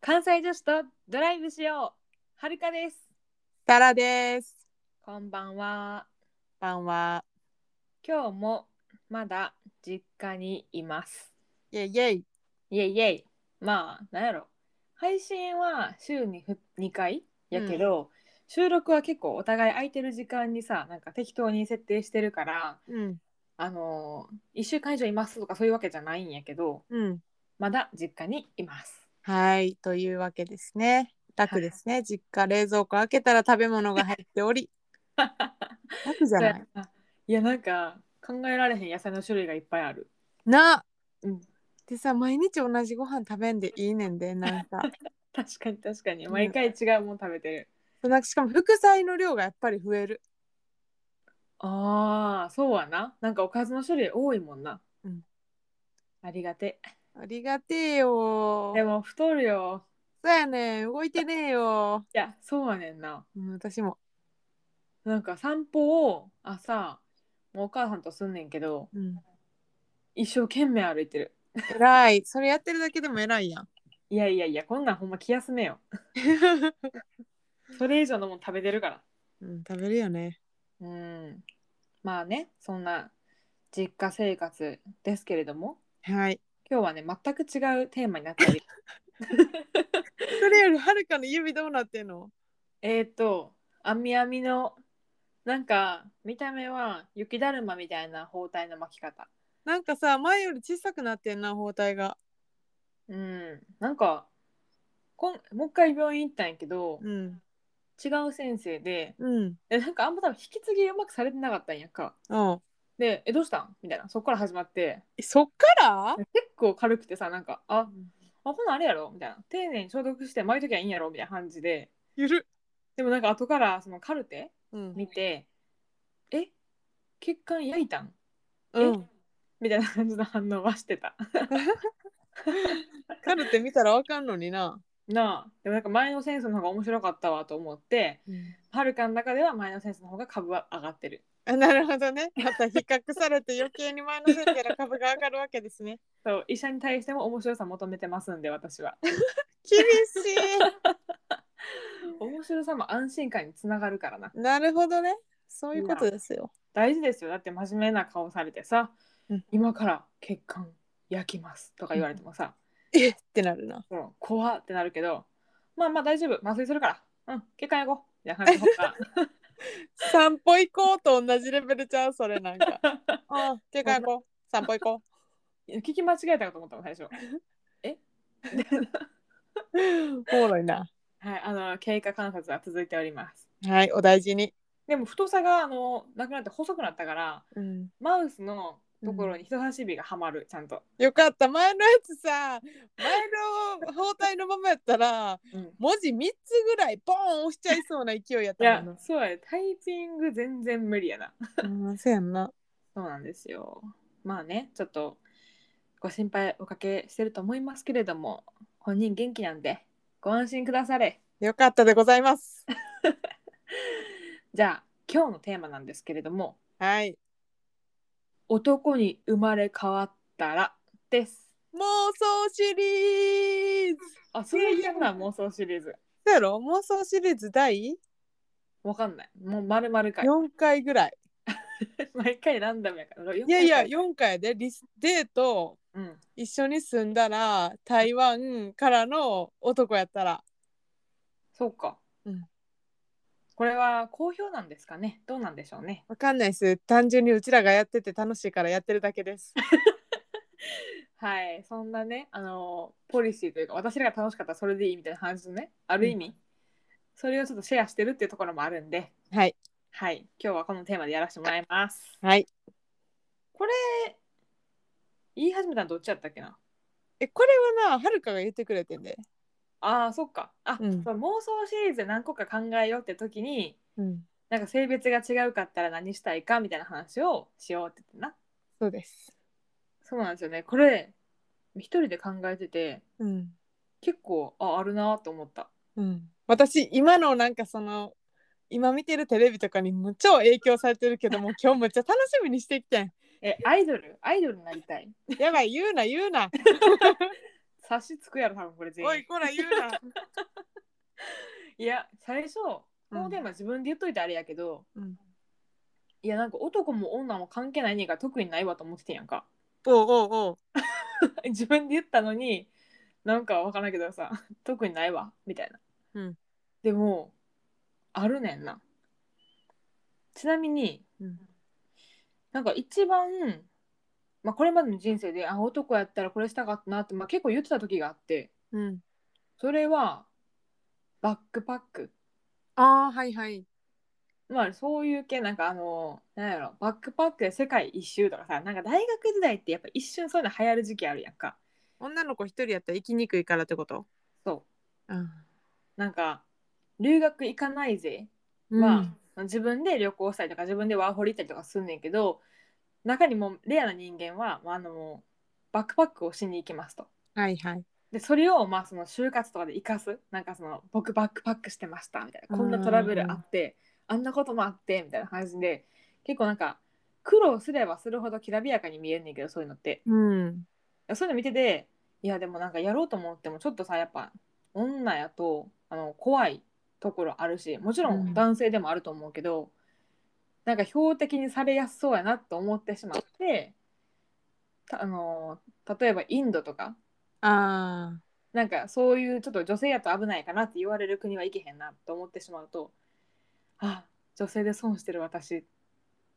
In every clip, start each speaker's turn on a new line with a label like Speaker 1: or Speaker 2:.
Speaker 1: 関西女子とドライブしようはるかです
Speaker 2: タラです。
Speaker 1: こんばんは
Speaker 2: こんばんは。
Speaker 1: 今日もまだ実家にいます
Speaker 2: イェイイェイ。
Speaker 1: イエイイエイまあなんやろ配信は週にふ2回やけど、収録は結構お互い空いてる時間にさなんか適当に設定してるから
Speaker 2: うん。
Speaker 1: あのー、1週間以上いますとかそういうわけじゃないんやけど
Speaker 2: うん。
Speaker 1: まだ実家にいます
Speaker 2: はい。というわけですね。楽ですね。実家冷蔵庫開けたら食べ物が入ってお り。楽じゃない。
Speaker 1: いやなんか考えられへん野菜の種類がいっぱいある
Speaker 2: な。
Speaker 1: うん
Speaker 2: でさ、毎日同じご飯食べんでいいねんで、なん か。
Speaker 1: 確かに確かに
Speaker 2: うん
Speaker 1: 毎回違うもん食べてる、
Speaker 2: なんかしかも副菜の量がやっぱり増える。
Speaker 1: ああそうはななんかおかずの種類多いもんな、
Speaker 2: うん
Speaker 1: ありがて
Speaker 2: ありがてえよ。
Speaker 1: でも太るよ
Speaker 2: そうやねん。動いてねえ よ。
Speaker 1: いやそうやねんな
Speaker 2: うん、私も。
Speaker 1: なんか散歩を朝もうお母さんとすんねんけど
Speaker 2: うん。
Speaker 1: 一生懸命歩いてる
Speaker 2: 偉い。それやってるだけでも偉い やん。
Speaker 1: いやいやいやこんなんほんま気休めよそれ以上のもん食べてるから
Speaker 2: うん、食べるよね。
Speaker 1: うんまあねそんな実家生活ですけれども
Speaker 2: はい。
Speaker 1: 今日はね全く違うテーマになったり
Speaker 2: それよりはるかの指どうなってんの
Speaker 1: えっとあみあみのなんか見た目は雪だるまみたいな包帯の巻き方
Speaker 2: なんかさ前より小さくなってんな包帯が
Speaker 1: うんなんかこんもう一回病院行ったんやけど、
Speaker 2: うん
Speaker 1: 違う先生で
Speaker 2: うん
Speaker 1: でなんかあんま多分引き継ぎうまくされてなかったんやんか
Speaker 2: うん
Speaker 1: で「えどうしたん?」みたいなそこから始まって
Speaker 2: えそっから
Speaker 1: 結構軽くてさなんか「ああほなあれやろ」みたいな丁寧に消毒して巻いときゃいいんやろみたいな感じで
Speaker 2: ゆる
Speaker 1: でもなんか後からそのカルテ
Speaker 2: うん
Speaker 1: 見て「え血管焼いたん
Speaker 2: うん
Speaker 1: みたいな感じの反応はしてた。
Speaker 2: カルテ見たらわかんのにな
Speaker 1: なあでもなんか前のセンスの方が面白かったわと思ってはるかの中では前のセンスの方が株は上がってる。
Speaker 2: あなるほどねまた比較されて余計に前の先生の株が上がるわけですね
Speaker 1: そう医者に対しても面白さ求めてますんで私は。
Speaker 2: 厳し
Speaker 1: 面白さも安心感につながるからない
Speaker 2: なるほどねそういうことですよ
Speaker 1: 大事ですよだって真面目な顔されてさ、
Speaker 2: うん
Speaker 1: 今から血管焼きますとか言われてもさ、
Speaker 2: えってなるな
Speaker 1: そう怖ってなるけどまあまあ大丈夫麻酔するからうん血管焼こうみたいな感じの方が
Speaker 2: 散歩行こうと同じレベルちゃうそれなんか あてか行こう散歩行こ
Speaker 1: 聞き間違えたかと思ったもん最初。え
Speaker 2: う おもろいな
Speaker 1: はい、あの経過観察は続いております。
Speaker 2: はいお大事に
Speaker 1: でも太さがあのなくなって細くなったから、
Speaker 2: うん
Speaker 1: マウスのところに人差し指がはまる、ちゃんと。
Speaker 2: よかった前のやつさ前の包帯のままやったら
Speaker 1: うん
Speaker 2: 文字3つぐらいポーン押しちゃいそうな勢いやっ
Speaker 1: い
Speaker 2: た
Speaker 1: や
Speaker 2: もん、
Speaker 1: そうや、タイピング全然無理やな。
Speaker 2: な。うん、そうやんな。
Speaker 1: そうなんですよ。まあね、ちょっとご心配おかけしてると思いますけれども、本人元気なんで、ご安心くだされ。
Speaker 2: よかったでございます。
Speaker 1: じゃあ、今日のテーマなんですけれども、
Speaker 2: はい。
Speaker 1: 男に生まれ変わったらです。
Speaker 2: 妄想シリーズ
Speaker 1: あ、そういうな妄想シリーズ。
Speaker 2: そうやろ妄想シリーズ第
Speaker 1: わかんない。もう丸々かい。
Speaker 2: 4回ぐらい。
Speaker 1: 毎回ランダムやから。い
Speaker 2: いやいや、4回やでリスデート
Speaker 1: うん。
Speaker 2: 一緒に住んだら台湾からの男やったら。
Speaker 1: そうか。
Speaker 2: うん。
Speaker 1: これは好評なんですかね。どうなんでしょうね。
Speaker 2: わかんないです。単純にうちらがやってて楽しいからやってるだけです。
Speaker 1: はい。そんなね、あの、ポリシーというか、私らが楽しかったらそれでいいみたいな話のね、ある意味、それをちょっとシェアしてるっていうところもあるんで、
Speaker 2: はい。
Speaker 1: はい。今日はこのテーマでやらせてもらいます。
Speaker 2: はい。
Speaker 1: 言い始めたのどっちやったっけな
Speaker 2: えこれはなはるかが言ってくれてんで、
Speaker 1: ああ、そっか。あ、
Speaker 2: うん
Speaker 1: そう妄想シリーズで何個か考えようって時に、
Speaker 2: うん、
Speaker 1: なんか性別が違うかったら何したいかみたいな話をしようって言ってな。
Speaker 2: そうです、
Speaker 1: そうなんですよね。これ一人で考えてて
Speaker 2: うん
Speaker 1: 結構ああるなと思った。
Speaker 2: うん、私今のなんかその今見てるテレビとかにむっちゃ影響されてる けども今日むっちゃ楽しみにしてきてん
Speaker 1: えアイドルアイドルになりたい。
Speaker 2: やばい言うな言うな
Speaker 1: 察しつくやろ多分これ全
Speaker 2: お
Speaker 1: 員
Speaker 2: いこら言うな、
Speaker 1: いや最初こ
Speaker 2: うん
Speaker 1: のテーマ自分で言っといてあれやけど、
Speaker 2: うん、
Speaker 1: いやなんか男も女も関係ないねんから特にないわと思っててんやんか
Speaker 2: おうおうおう
Speaker 1: 自分で言ったのになんかわからんけどさ特にないわみたいな、
Speaker 2: うん
Speaker 1: でもあるねんなちなみに
Speaker 2: うん
Speaker 1: なんか一番、まあ、これまでの人生であ男やったらこれしたかったなって、まあ、結構言ってた時があって
Speaker 2: うん
Speaker 1: それはバックパック
Speaker 2: ああはいはい
Speaker 1: まあそういう系なんかあのなんやろバックパックで世界一周とかさなんか大学時代ってやっぱ一瞬そういうの流行る時期あるやんか
Speaker 2: 女の子一人やったら生きにくいからってこと
Speaker 1: そ
Speaker 2: うん
Speaker 1: うなんか留学行かないぜは、自分で旅行したりとか自分でワーホリ行ったりとかすんねんけど中にもレアな人間は、まあ、あのバックパックをしに行きますと。
Speaker 2: はいはい
Speaker 1: でそれをまあその就活とかで生かすなんかその僕バックパックしてましたみたいなこんなトラブルあってあんなこともあってみたいな感じで結構なんか苦労すればするほどきらびやかに見えんねんけどそういうのって
Speaker 2: うん
Speaker 1: そういうの見てていやでもなんかやろうと思ってもちょっとさやっぱ女やとあの怖いところあるしもちろ
Speaker 2: うん
Speaker 1: ん男性でもあると思うけど、なんか標的にされやすそうやなと思ってしまってたあの例えばインドとか
Speaker 2: ああ
Speaker 1: なんかそういうちょっと女性やと危ないかなって言われる国は行けへんなと思ってしまうとあ女性で損してる私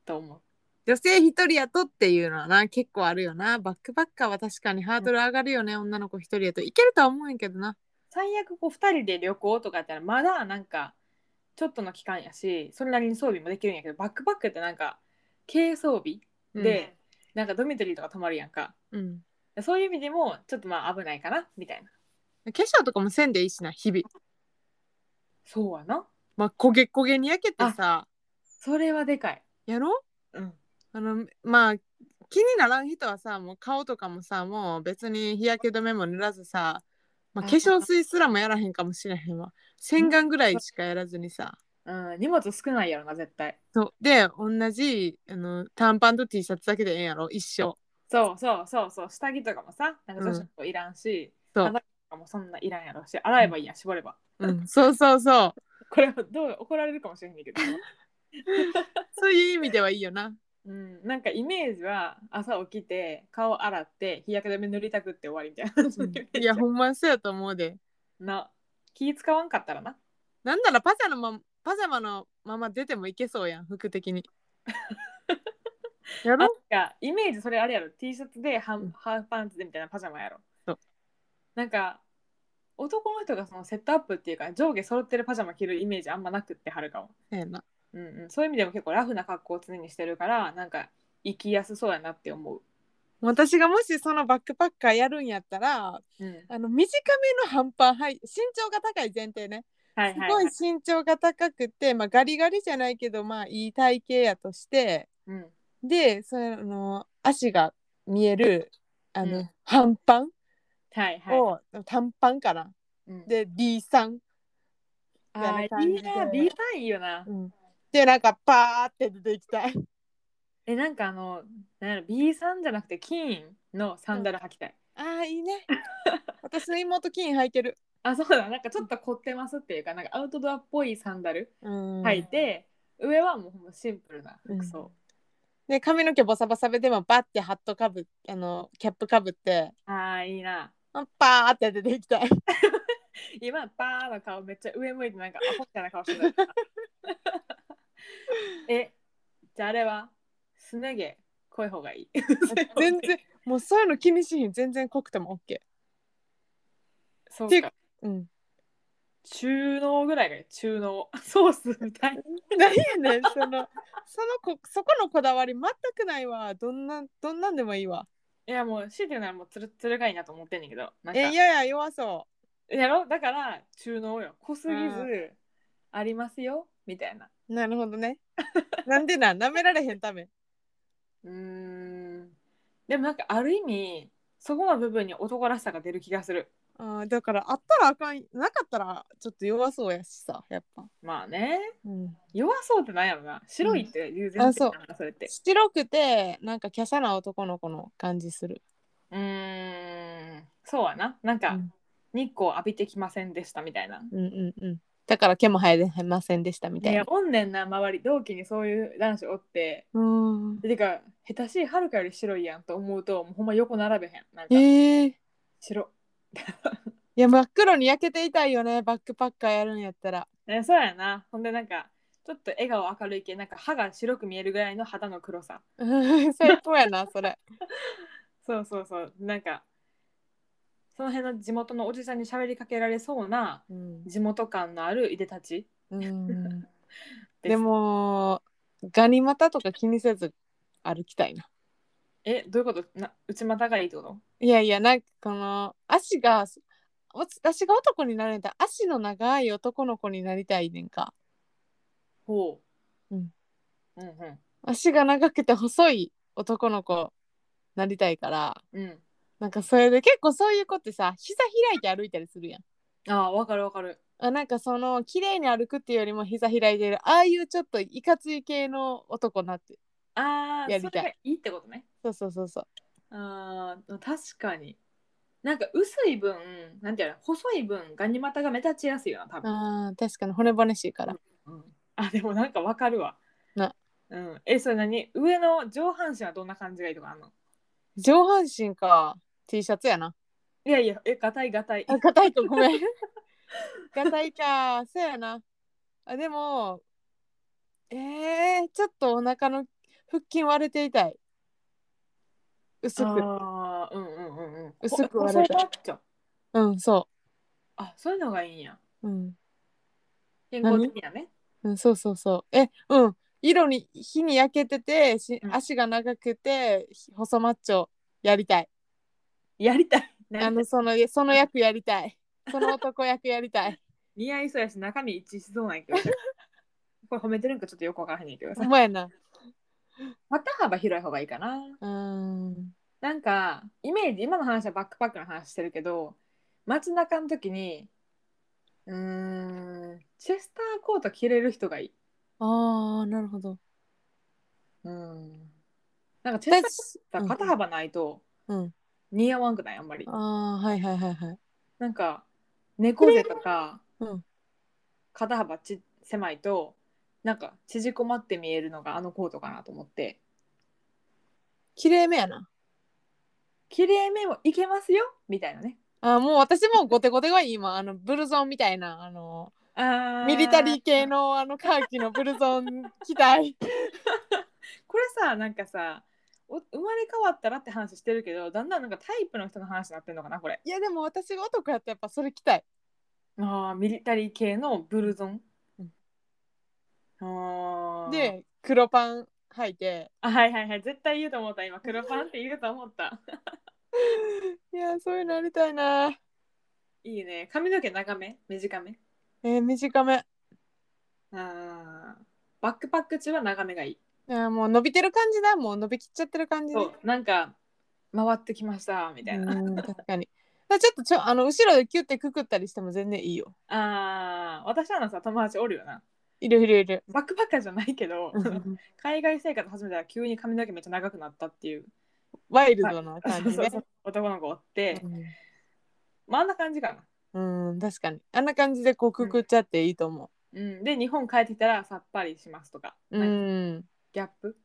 Speaker 1: と思う
Speaker 2: 女性一人やとっていうのはな結構あるよなバックパッカーは確かにハードル上がるよね、女の子一人やといけるとは思うんやけどな
Speaker 1: 最悪こう2人で旅行とかやったらまだなんかちょっとの期間やしそれなりに装備もできるんやけどバックパックってなんか軽装備で、なんかドミトリーとか泊まるやんか
Speaker 2: うん、
Speaker 1: そういう意味でもちょっとまあ危ないかなみたいな
Speaker 2: 化粧とかもせんでいいしな日々
Speaker 1: そうやな
Speaker 2: まあ焦げ焦げに焼けてさ
Speaker 1: それはでかい
Speaker 2: やろ
Speaker 1: うん
Speaker 2: あのまあ気にならん人はさもう顔とかもさもう別に日焼け止めも塗らずさ、まあ、
Speaker 1: あ
Speaker 2: 化粧水すらもやらへんかもしれへんわ洗顔ぐらいしかやらずにさ
Speaker 1: うん、荷物少ないやろな絶対
Speaker 2: そうで同じあの短パンと T シャツだけでええんやろ一生
Speaker 1: そうそうそうそう下着とかもさなんか女子もいらんし、
Speaker 2: そう
Speaker 1: 肌とかもそんないらんやろうし洗えばいいやん絞れば
Speaker 2: うん、 そうそうそう。
Speaker 1: これはどう怒られるかもしれないけど、
Speaker 2: そういう意味ではいいよな。
Speaker 1: うん、なんかイメージは朝起きて顔洗って日焼け止め塗りたくって終わりみたいな、そういうイメージ
Speaker 2: いや、ほんまそうやと思うで。
Speaker 1: な気使わんかったらな
Speaker 2: なんならパジャマのまパジャマのまま出てもいけそうやん、服 的に。や
Speaker 1: なん
Speaker 2: ろ
Speaker 1: かイメージそれあれやろ T シャツでハ
Speaker 2: うん
Speaker 1: ンハーフパンツでみたいなパジャマやろ
Speaker 2: そう
Speaker 1: なんか男の人がそのセットアップっていうか上下揃ってるパジャマ着るイメージあんまなくってはるかも
Speaker 2: そうやな。
Speaker 1: うんうん、そういう意味でも結構ラフな格好を常にしてるからなんか生きやすそうやなって思う、
Speaker 2: 私がもしそのバックパッカーやるんやったら
Speaker 1: うん、
Speaker 2: あの短めの半パン、はい、身長が高い前提ね
Speaker 1: はい
Speaker 2: す
Speaker 1: はい、
Speaker 2: ご
Speaker 1: はいい
Speaker 2: 身長が高くて、まあ、ガリガリじゃないけどまあいい体型やとして
Speaker 1: うん、
Speaker 2: でそれあの足が見えるあの、
Speaker 1: うん
Speaker 2: 半パン
Speaker 1: はいはい
Speaker 2: を、短パンかな
Speaker 1: うん
Speaker 2: で D さん、
Speaker 1: あ
Speaker 2: みたいな
Speaker 1: ー
Speaker 2: 感
Speaker 1: い
Speaker 2: じ
Speaker 1: い
Speaker 2: で
Speaker 1: な B さんいいよな、
Speaker 2: でなんかパーって出ていきたい
Speaker 1: えなんかあのなんやろ B さんじゃなくて金のサンダル履きたい、
Speaker 2: あーいいね私の妹金履いてる
Speaker 1: あそうだなんかちょっと凝ってますっていうかなんかアウトドアっぽいサンダル
Speaker 2: うん
Speaker 1: 履いて、上はもうほんまシンプルな服装、
Speaker 2: で髪の毛ボサボサででもバッてハットかぶあのキャップかぶって
Speaker 1: あーいいな
Speaker 2: パーって出ていき たい
Speaker 1: 今パーの顔めっちゃ上向いてなんかアホみたいな顔して るえじゃああれはすね毛濃い方がいい
Speaker 2: 全然もうそういうの気にしひん全然濃くても OK
Speaker 1: そう
Speaker 2: ていう
Speaker 1: か
Speaker 2: うん
Speaker 1: 中濃ぐらいがいい中 濃ソースみたいな
Speaker 2: 何やね んそのそのこそこのこだわり全くないわどんなどんなんでもいいわ
Speaker 1: いやもう強いて言うならもうつるつるがいいなと思ってんねんけどなんか
Speaker 2: えいやいや弱そ
Speaker 1: やろだから中濃よ濃すぎ
Speaker 2: う
Speaker 1: ずありますよみたいな
Speaker 2: うなるほど ねなんでな舐められへんため
Speaker 1: うーんでもなんかある意味そこの部分に男らしさが出る気がする
Speaker 2: あーだからあったらあかんなかったらちょっと弱そうやしさやっぱ、
Speaker 1: まあね
Speaker 2: うん、
Speaker 1: 弱そうってなんやろな白いっていう前提
Speaker 2: あそう
Speaker 1: なんだそれって
Speaker 2: 白くてなんか華奢な男の子の感じする
Speaker 1: うーんそうやななんか
Speaker 2: うん
Speaker 1: 日光浴びてきませんでしたみたいな。
Speaker 2: うんうんうんだから毛も生えませんでしたみ
Speaker 1: い
Speaker 2: たいな
Speaker 1: やおんねんな周り同期にそういう男子おって
Speaker 2: うん
Speaker 1: てか下手しいはるかより白いやんと思うともうほんま横並べへんなんか
Speaker 2: ええい
Speaker 1: 白
Speaker 2: や真っ黒に焼けていたいよねバックパッカーやるんやったら
Speaker 1: えそうやなほんでなんかちょっと笑顔明るい系なんか歯が白く見えるぐらいの肌の黒さ
Speaker 2: うん最高やなそれ
Speaker 1: そうそうそうなんかその辺の地元のおじさんに喋りかけられそうな
Speaker 2: うん、
Speaker 1: 地元感のあるいでたち
Speaker 2: うん、
Speaker 1: す
Speaker 2: でもガニ股とか気にせず歩きたいな
Speaker 1: えどういうことな内股がいいってこと
Speaker 2: いやいやなんかこの足がお私が男になるんだったら足の長い男の子になりたいねんか
Speaker 1: ほう、
Speaker 2: うん、
Speaker 1: うんうん
Speaker 2: 足が長くて細い男の子なりたいから
Speaker 1: うん
Speaker 2: なんかそれで結構そういう子ってさ膝開いて歩いたりするやん
Speaker 1: ああわかるわかる
Speaker 2: あなんかその綺麗に歩くっていうよりも膝開いてるああいうちょっといかつい系の男なって
Speaker 1: ああ
Speaker 2: や
Speaker 1: それ
Speaker 2: りたい
Speaker 1: がいいってことね
Speaker 2: そうそうそうそう
Speaker 1: あー確かになんか薄い分なんていうの細い分ガニ股が目立ちやすいよな多分
Speaker 2: あー確かに骨々しいから
Speaker 1: うんあでもなんかわかるわ。
Speaker 2: な
Speaker 1: うん、えそれ何上の上半身はどんな感じがいいとかあんの
Speaker 2: 上半身か T シャツやない
Speaker 1: やいやえがたいがたい。
Speaker 2: あ硬いかごめん硬いかそうやなあでもえー、ちょっとお腹の腹筋割れていたい薄く
Speaker 1: あーうんうんうんうん。
Speaker 2: 薄く
Speaker 1: ほ
Speaker 2: 割れた
Speaker 1: 細マッチョ
Speaker 2: うんそ
Speaker 1: あそういうのがいいんや。
Speaker 2: ううん、
Speaker 1: 健康的やね。
Speaker 2: うん、そうそうそうえうん色に火に焼けててし
Speaker 1: うん
Speaker 2: 足が長くてひ細マッチョやりたい
Speaker 1: やりたい。な
Speaker 2: あ
Speaker 1: んか
Speaker 2: のそのその役やりたいその男役やり たい
Speaker 1: 似合いそうやし中身一致しそうなんや けど。これ褒めてるんかちょっとよくわからへんねんけど
Speaker 2: ほ
Speaker 1: さ
Speaker 2: ん。まやな
Speaker 1: 肩幅広い方がいいかな。
Speaker 2: うん
Speaker 1: なんかイメージ今の話はバックパックの話してるけど街中の時にうーんチェスターコート着れる人がいい。
Speaker 2: あーなる ほど
Speaker 1: うん、なんかチェスターコート
Speaker 2: 私
Speaker 1: 肩幅ないと
Speaker 2: うん
Speaker 1: 似合わんくないあんまり。
Speaker 2: あーはいはいはいはい
Speaker 1: なんか猫背とか、
Speaker 2: うん
Speaker 1: 肩幅ち狭いとなんか縮こまって見えるのがあのコートかなと思って
Speaker 2: 綺麗めやな
Speaker 1: 綺麗めもいけますよみたいなね。
Speaker 2: あもう私もゴテゴテがいい今あのブルゾンみたいなあの
Speaker 1: あ
Speaker 2: ミリタリー系
Speaker 1: の
Speaker 2: のあのカーキのブルゾン着たい
Speaker 1: これさなんかさお生まれ変わったらって話してるけどだんだんなんかタイプの人の話になってんのかなこれ
Speaker 2: いやでも私が男やったらやっぱそれ着たい
Speaker 1: あーミリタリー系のブルゾン、
Speaker 2: うん
Speaker 1: あー
Speaker 2: で黒パン履いて
Speaker 1: あはいはいはい絶対言うと思った今黒パンって言うと思った
Speaker 2: いやそういうのやりたいない
Speaker 1: いね髪の毛長め短め
Speaker 2: えー短め
Speaker 1: あーバックパック中は長めがいい
Speaker 2: いやもう伸びてる感じだもう伸びきっちゃってる感じね
Speaker 1: そうなんか回ってきましたみたいな、
Speaker 2: うん確かにだからちょっとちょあの後ろでキュッてくくったりしても全然いいよ
Speaker 1: あー私らのさ友達おるよない
Speaker 2: るいる いる
Speaker 1: バックパッカーじゃないけど海外生活始めたら急に髪の毛めっちゃ長くなったっていう
Speaker 2: ワイルドな感じ
Speaker 1: そう
Speaker 2: ね
Speaker 1: そう男の子おって、まああんな感じかな、
Speaker 2: うんうん確かにあんな感じでこうくくっちゃっていいと思
Speaker 1: うん、で日本帰ってきたらさっぱりしますとか,、
Speaker 2: ううん
Speaker 1: ギャップ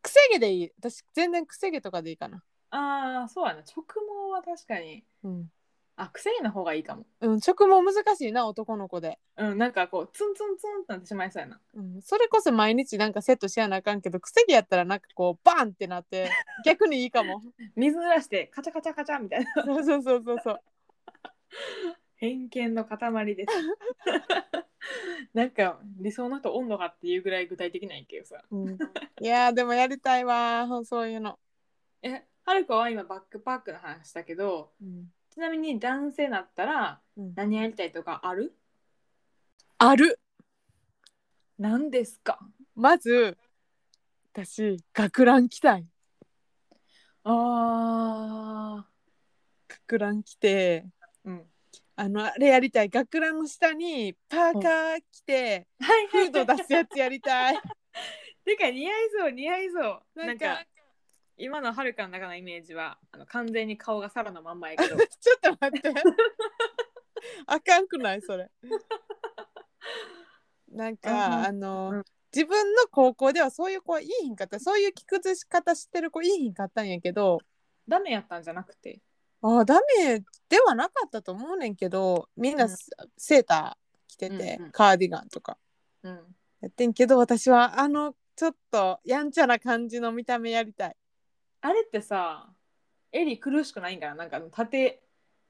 Speaker 2: くせ毛でいい私全然くせ毛とかでいいかな
Speaker 1: ああそうやな直毛は確かに
Speaker 2: うん、
Speaker 1: あ癖毛の方がいいかも
Speaker 2: うん、直毛難しいな男の子で、
Speaker 1: うんなんかこうツンツンツンってなってしまいそうやな
Speaker 2: うん、それこそ毎日なんかセットしやなあかんけどくせ毛やったらなんかこうバンってな って逆にいいかも
Speaker 1: 水濡らしてカチャカチャカチャみたいな
Speaker 2: そうそうそうそうそう
Speaker 1: 偏見の塊です なんか理想の人温度がっていうぐらい具体的なんやけどさ
Speaker 2: うんいやーでもやりたいわーそういうの、
Speaker 1: えはるかは今バックパックの話したけどちなみに男性だったら
Speaker 2: うん
Speaker 1: 何やりたいとかある
Speaker 2: ある
Speaker 1: 何ですか
Speaker 2: まず私学ラン着たい
Speaker 1: あ
Speaker 2: 学ラン着て
Speaker 1: ーうん
Speaker 2: あのあれやりたい学ランの下にパーカー着て、
Speaker 1: はい
Speaker 2: フード出すやつやりたい
Speaker 1: てか似合いそう似合いそうな
Speaker 2: なんん
Speaker 1: か
Speaker 2: か
Speaker 1: 今のはるかの中のイメージはあの完全に顔がサラのまんまや けど
Speaker 2: ちょっと待って。あかんくないそれ。なん
Speaker 1: う
Speaker 2: か
Speaker 1: ん
Speaker 2: あの、
Speaker 1: うん
Speaker 2: 自分の高校ではそういう子はいいひんかったそういう着崩し方してる子いいひんかったんやけど
Speaker 1: ダメやったんじゃなくて
Speaker 2: ああダメではなかったと思うねんけどみんな
Speaker 1: うん
Speaker 2: セセーター着てて、
Speaker 1: うんうん
Speaker 2: カーディガンとか
Speaker 1: うん
Speaker 2: やってんけど私はあのちょっとやんちゃな感じの見た目やりたい
Speaker 1: あれってさ襟苦しくないんかななんか縦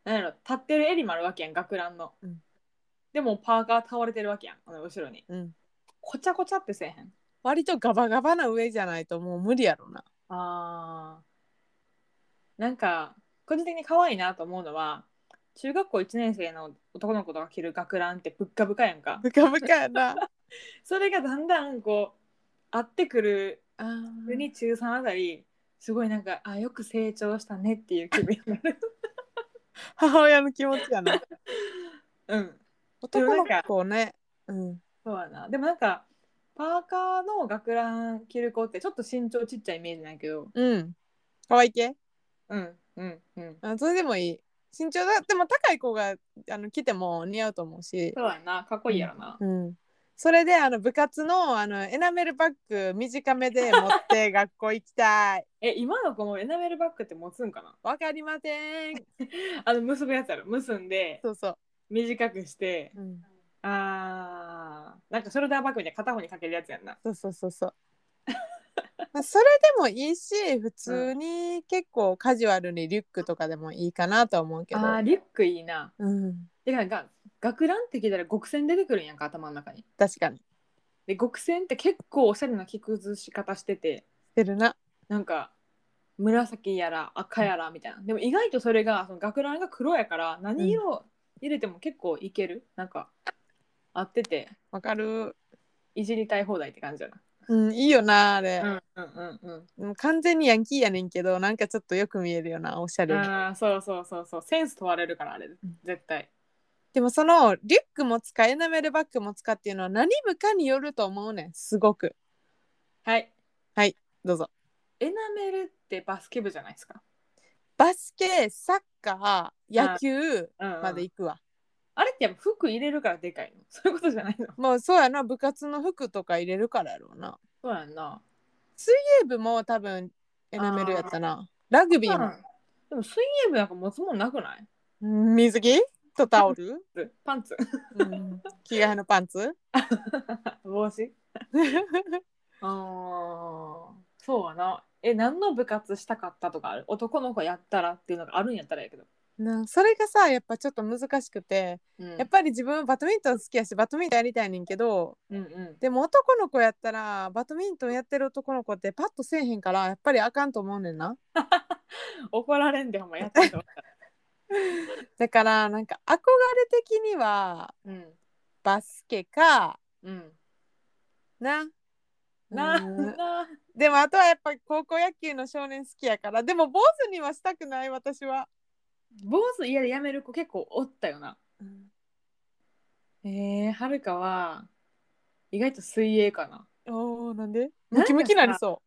Speaker 1: なんやろ立ってる襟もあるわけやん学ランの、
Speaker 2: うん
Speaker 1: でもパーカー倒れてるわけやんあの後ろに
Speaker 2: うん
Speaker 1: こちゃこちゃってせえへん
Speaker 2: 割とガバガバな上じゃないともう無理やろな
Speaker 1: あーなんか個人的に可愛いなと思うのは中学校1年生の男の子が着る学ランってぶっかぶかやんか
Speaker 2: ブカブカやな
Speaker 1: それがだんだんこう合ってくる
Speaker 2: あー
Speaker 1: うに中3あたりすごいなんかあよく成長したねっていう気分にな る
Speaker 2: 母親の気持ちやな
Speaker 1: うん
Speaker 2: 男の子ねうん
Speaker 1: そうやなでもなんかパーカーの学ラン着る子ってちょっと身長ちっちゃいイメージないけど
Speaker 2: うん可愛い系
Speaker 1: うんうんうん
Speaker 2: あそれでもいい身長だでも高い子があの来ても似合うと思うし
Speaker 1: そうやなかっこいいやろな、
Speaker 2: うん、それであの部活のあのエナメルバッグ短めで持って 学校行きたい
Speaker 1: え今の子もエナメルバッグって持つんかな
Speaker 2: わかりません
Speaker 1: あの結ぶやつやろ結んで
Speaker 2: そうそ
Speaker 1: 短くして
Speaker 2: う、うん、
Speaker 1: あーなんかショルダーバッグみたいな片方にかけるやつやんな
Speaker 2: そうそうそうそうまあそれでもいいし普通に結構カジュアルにリュックとかでもいいかなとは思うけ
Speaker 1: あ
Speaker 2: ど、
Speaker 1: ーリュックいいな
Speaker 2: うん、
Speaker 1: てかが学ランって聞いたら極線出てくるんやんか頭の中に
Speaker 2: 確かに
Speaker 1: で極線って結構おしゃれな着崩し方してて
Speaker 2: してるな
Speaker 1: なんか紫やら赤やらみたいなでも意外とそれがその学ランが黒やから何色入れても結構いける、なんか合ってて
Speaker 2: わかる
Speaker 1: いじりたい放題って感じや
Speaker 2: うんいいよなあれ、
Speaker 1: な、うん、うんうんうん
Speaker 2: もう完全にヤンキーやねんけどなんかちょっとよく見えるよなおしゃれに
Speaker 1: ああそうそうそうそうセンス問われるからあれ絶対
Speaker 2: でもそのリュックも使エナメルバッグも使っていうのは何部かによると思うねんすごく
Speaker 1: はい
Speaker 2: どうぞ
Speaker 1: エナメルってバスケ部じゃないですか、
Speaker 2: バスケサッカー野球
Speaker 1: うんうん
Speaker 2: まで行くわ、
Speaker 1: あれってやっぱ服入れるからでかいのそういうことじゃないの
Speaker 2: もうそうやな部活の服とか入れるからやろうな
Speaker 1: そうやんな
Speaker 2: 水泳部も多分エナメルやったなラグビーも、
Speaker 1: でも水泳部なんか持つもんなくない
Speaker 2: うん水着とタ オル、
Speaker 1: パンツ
Speaker 2: うん、着替えのパンツ
Speaker 1: 帽子ああそうやなえ何の部活したかったとかある男の子やったらっていうのがあるんやったらやけど、
Speaker 2: なそれがさやっぱちょっと難しくて
Speaker 1: うん
Speaker 2: やっぱり自分はバドミントン好きやしバドミントンやりたいねんけど
Speaker 1: うんうん
Speaker 2: でも男の子やったらバドミントンやってる男の子ってパッとせえへんからやっぱりあかんと思うねんな
Speaker 1: 怒られんでほんまやってると思った、
Speaker 2: だからなんか憧れ的には
Speaker 1: うん
Speaker 2: バスケか
Speaker 1: うん、
Speaker 2: な
Speaker 1: な
Speaker 2: うん
Speaker 1: な
Speaker 2: でもあとはやっぱり高校野球の少年好きやからでも坊主にはしたくない私は、
Speaker 1: 坊主家でやめる子結構おったよなえー、はるかは意外と水泳かな
Speaker 2: おーなんで
Speaker 1: なんかさ
Speaker 2: ムキムキなりそ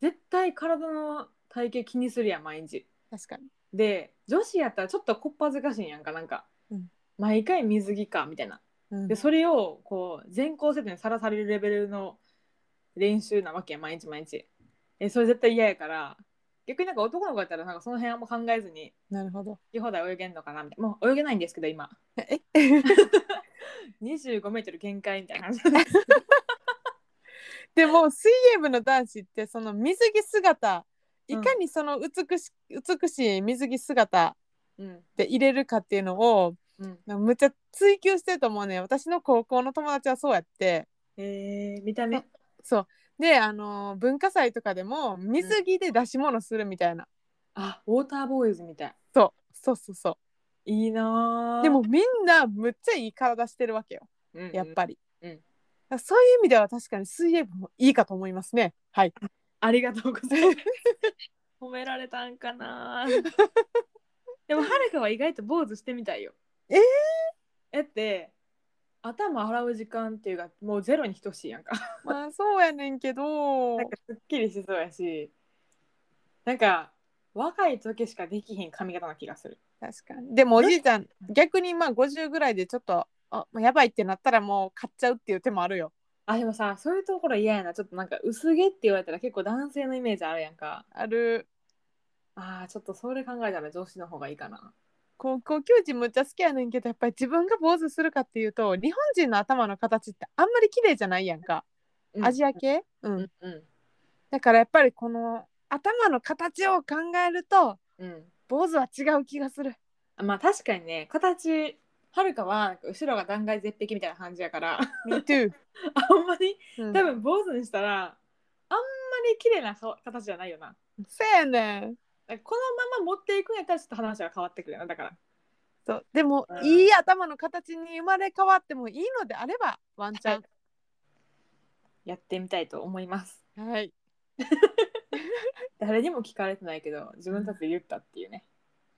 Speaker 1: 絶対体の体型気にするやん毎日
Speaker 2: う確かに
Speaker 1: で女子やったらちょっとこっぱずかしいんやんかなんか、
Speaker 2: うん
Speaker 1: 毎回水着かみたいな
Speaker 2: うん
Speaker 1: でそれをこう全校生徒にさらされるレベルの練習なわけや毎日毎日えそれ絶対嫌やから逆になんか男の子やったらなんかその辺あんま考えずに
Speaker 2: なるほど
Speaker 1: 好き放題泳げんのかなみたいなもう泳げないんですけど今
Speaker 2: え
Speaker 1: 2 5メートル限界みたいな感じ
Speaker 2: でも水泳部の男子ってその水着姿いかにその美し,、美しい水着姿
Speaker 1: うん
Speaker 2: で入れるかっていうのを
Speaker 1: うん
Speaker 2: なんかむっちゃ追求してると思うね私の高校の友達はそうやって
Speaker 1: えー、見た目
Speaker 2: そうであのー文化祭とかでも水着で出し物するみたいな、
Speaker 1: あウォーターボーイズみたい
Speaker 2: そうそうそうそ
Speaker 1: いいな
Speaker 2: う
Speaker 1: あ
Speaker 2: でも、みんなむっちゃいい体してるわけよ
Speaker 1: うんうん
Speaker 2: やっぱり、
Speaker 1: うんうん
Speaker 2: だからそういう意味では確かに水泳部もいいかと思いますねはい
Speaker 1: ありがとうございます褒められたんか なでもはるかは意外と坊主してみたいよ
Speaker 2: えー
Speaker 1: だって頭洗う時間っていうかもうゼロに等しいやんか
Speaker 2: まあそうやねんけど
Speaker 1: なんかすっきりしそうやしなんか若い時しかできへん髪型な気がする
Speaker 2: 確かにでもおじいちゃん逆にまあ50ぐらいでちょっとあもうやばいってなったらもう買っちゃうっていう手もあるよ
Speaker 1: あでもさそういうところ嫌やなちょっとなんか薄毛って言われたら結構男性のイメージあるやんか
Speaker 2: ある
Speaker 1: あーちょっとそれ考えたら上司の方がいいかな
Speaker 2: 高校球児むっちゃ好きやねんけどやっぱり自分が坊主するかっていうと日本人の頭の形ってあんまり綺麗じゃないやんか、
Speaker 1: うん
Speaker 2: アジア系、うん
Speaker 1: うん
Speaker 2: だからやっぱりこの頭の形を考えると
Speaker 1: うん
Speaker 2: 坊主は違う気がする
Speaker 1: あまあ確かにね形はるかはなんか後ろが断崖絶壁みたいな感じやから
Speaker 2: Me too、
Speaker 1: あんまり
Speaker 2: うん
Speaker 1: 多分坊主にしたらあんまり綺麗な顔形じゃないよな
Speaker 2: せやねん
Speaker 1: だからこのまま持っていくんやったらちょっと話が変わってくるよなだから
Speaker 2: そうでも、
Speaker 1: うん
Speaker 2: いい頭の形に生まれ変わってもいいのであればワンチャン
Speaker 1: やってみたいと思います
Speaker 2: はい
Speaker 1: 誰にも聞かれてないけど自分たちで言ったっていうね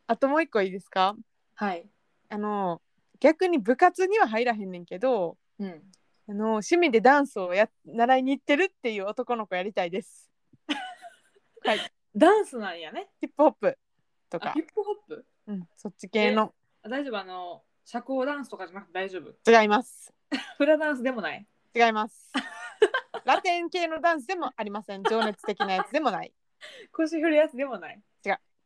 Speaker 2: あともう一個いいですか
Speaker 1: はい
Speaker 2: あの逆に部活には入らへんねんけど
Speaker 1: うん
Speaker 2: あの趣味でダンスをや習いに行ってるっていう男の子やりたいです
Speaker 1: ダンスなんやね
Speaker 2: ヒップホップと
Speaker 1: あ
Speaker 2: か
Speaker 1: ヒ、ップホップ
Speaker 2: うん、そっち系の
Speaker 1: あ大丈夫あの社交ダンスとかじゃなくて大丈夫
Speaker 2: 違います
Speaker 1: フラダンスでもない
Speaker 2: 違います ラテン系のダンスでもありません情熱的なやつでもない
Speaker 1: 腰振るやつでもない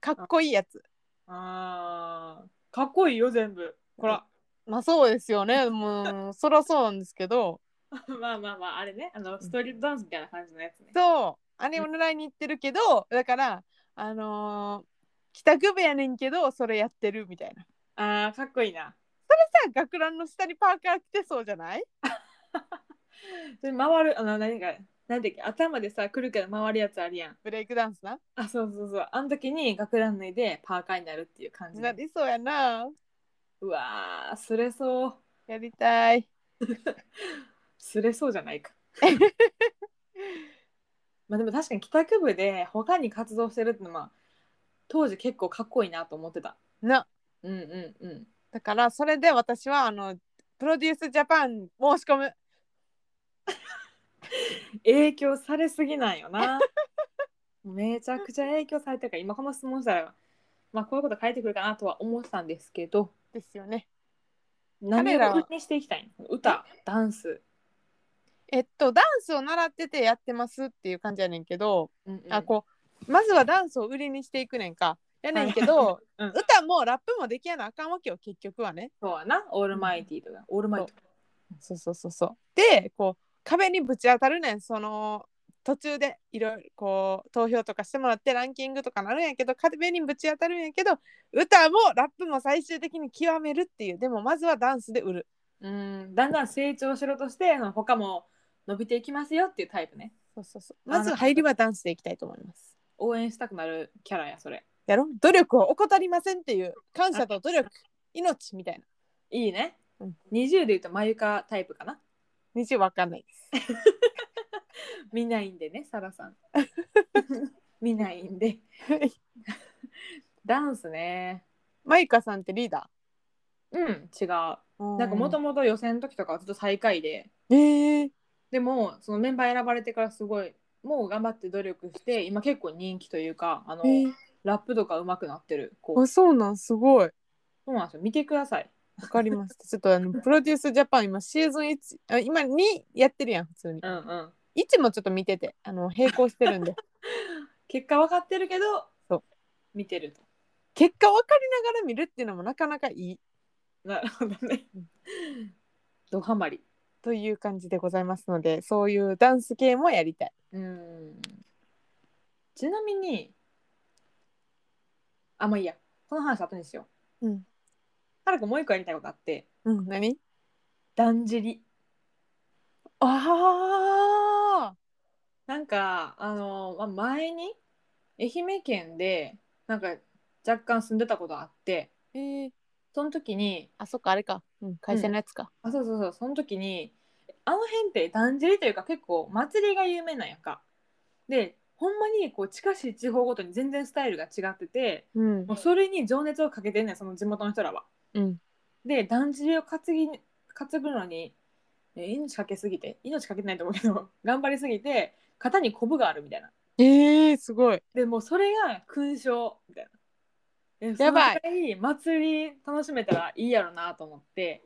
Speaker 2: かっこいいやつ
Speaker 1: あーかっこいいよ全部ほら
Speaker 2: まあそうですよねもうそらそうなんですけど
Speaker 1: まあまあまああれねあのストリートダンスみたいな感じのやつね
Speaker 2: そうあれを習いに行ってるけどだからあのー帰宅部やねんけどそれやってるみたいな
Speaker 1: あーかっこいいな
Speaker 2: さ学ランの下にパーカー着てそうじゃない
Speaker 1: それ回るあの何か何ていうっけ頭でさくるくる回るやつあるやん
Speaker 2: ブレイクダンスな
Speaker 1: あそうそうそうあの時に学ラン脱いでパーカーになるっていう感じ
Speaker 2: な
Speaker 1: ね、
Speaker 2: りそうやな
Speaker 1: うわーすれそう
Speaker 2: やりたい
Speaker 1: すれそうじゃない かまあでも確かに帰宅部で他に活動してるってのは当時結構かっこいいなと思ってた
Speaker 2: な
Speaker 1: うんうんうん
Speaker 2: だからそれで私はあのプロデュースジャパン申し込む
Speaker 1: 影響されすぎなんよな めちゃくちゃ影響されてるから今この質問したらまあこういうこと書いてくるかなとは思ってたんですけど
Speaker 2: ですよね
Speaker 1: 何
Speaker 2: 彼らは
Speaker 1: をにしていきたいの歌ダンス、
Speaker 2: えっとダンスを習っててやってますっていう感じやねんけど、
Speaker 1: うんうん
Speaker 2: あこうまずはダンスを売りにしていくねんかやねんけど、
Speaker 1: うん
Speaker 2: 歌もラップもできやなあかんわけよ結局はね
Speaker 1: そうやなオールマイティーとか、オールマイティー
Speaker 2: そうそうそうそうでこう壁にぶち当たるねんその途中でいろいろこう投票とかしてもらってランキングとかなるんやけど壁にぶち当たるんやけど歌もラップも最終的に極めるっていうでもまずはダンスで売る
Speaker 1: うんだんだん成長しろとしてその他も伸びていきますよっていうタイプね
Speaker 2: そうそうそう
Speaker 1: あなる
Speaker 2: ま
Speaker 1: ほど
Speaker 2: ず入りはダンスでいきたいと思います
Speaker 1: 応援したくなるキャラやそれ
Speaker 2: やろ努力を怠りませんっていう感謝と努力命みたいない
Speaker 1: いね、
Speaker 2: うん
Speaker 1: 20で言うとまゆかタイプかな
Speaker 2: 日わかんないです
Speaker 1: 見ないんでねサラ さん見ないんでダンスね
Speaker 2: マイカさんってリーダ
Speaker 1: うん違うな
Speaker 2: ー
Speaker 1: んかもともと予選の時とかはずっと最下位で
Speaker 2: えー、
Speaker 1: でもそのメンバー選ばれてからすごいもう頑張って努力して今結構人気というかあの、
Speaker 2: えー、
Speaker 1: ラップとか上手くなってる子
Speaker 2: あそうなんすごい
Speaker 1: そうなんですよ見てください
Speaker 2: わかりましたちょっとあのプロデュースジャパン今シーズン1あ今2やってるやん普通に
Speaker 1: うんうん
Speaker 2: 1もちょっと見ててあの並行してるん で
Speaker 1: 結果分かってるけど
Speaker 2: そう
Speaker 1: 見てると
Speaker 2: 結果わかりながら見るっていうのもなかなかいい
Speaker 1: なるほどね
Speaker 2: うん
Speaker 1: ドハマり
Speaker 2: という感じでございますのでそういうダンス系もやりたい
Speaker 1: うんちなみにあまあいいやこの話後にしよう
Speaker 2: うん
Speaker 1: はるくんもう一個やりたいことあって
Speaker 2: うん何
Speaker 1: だんじり
Speaker 2: ああ
Speaker 1: なんかあの、まあ、前に愛媛県でなんか若干住んでたことあって
Speaker 2: えー、
Speaker 1: その時に
Speaker 2: あそっかあれか、うん、会社のやつか、
Speaker 1: あそうそうそうその時にあの辺ってだんじりというか結構祭りが有名なんやんかでほんまにこう近しい地方ごとに全然スタイルが違ってて
Speaker 2: うん
Speaker 1: もうそれに情熱をかけてんねんその地元の人らは。
Speaker 2: うん、
Speaker 1: でだんじりを担ぎ担ぐのに え命かけすぎて命かけてないと思うけど頑張りすぎて肩にコブがあるみたいな
Speaker 2: ええすごい。
Speaker 1: でもうそれが勲章みたいな。え
Speaker 2: やばい。
Speaker 1: そのぐらい祭り楽しめたらいいやろなと思って。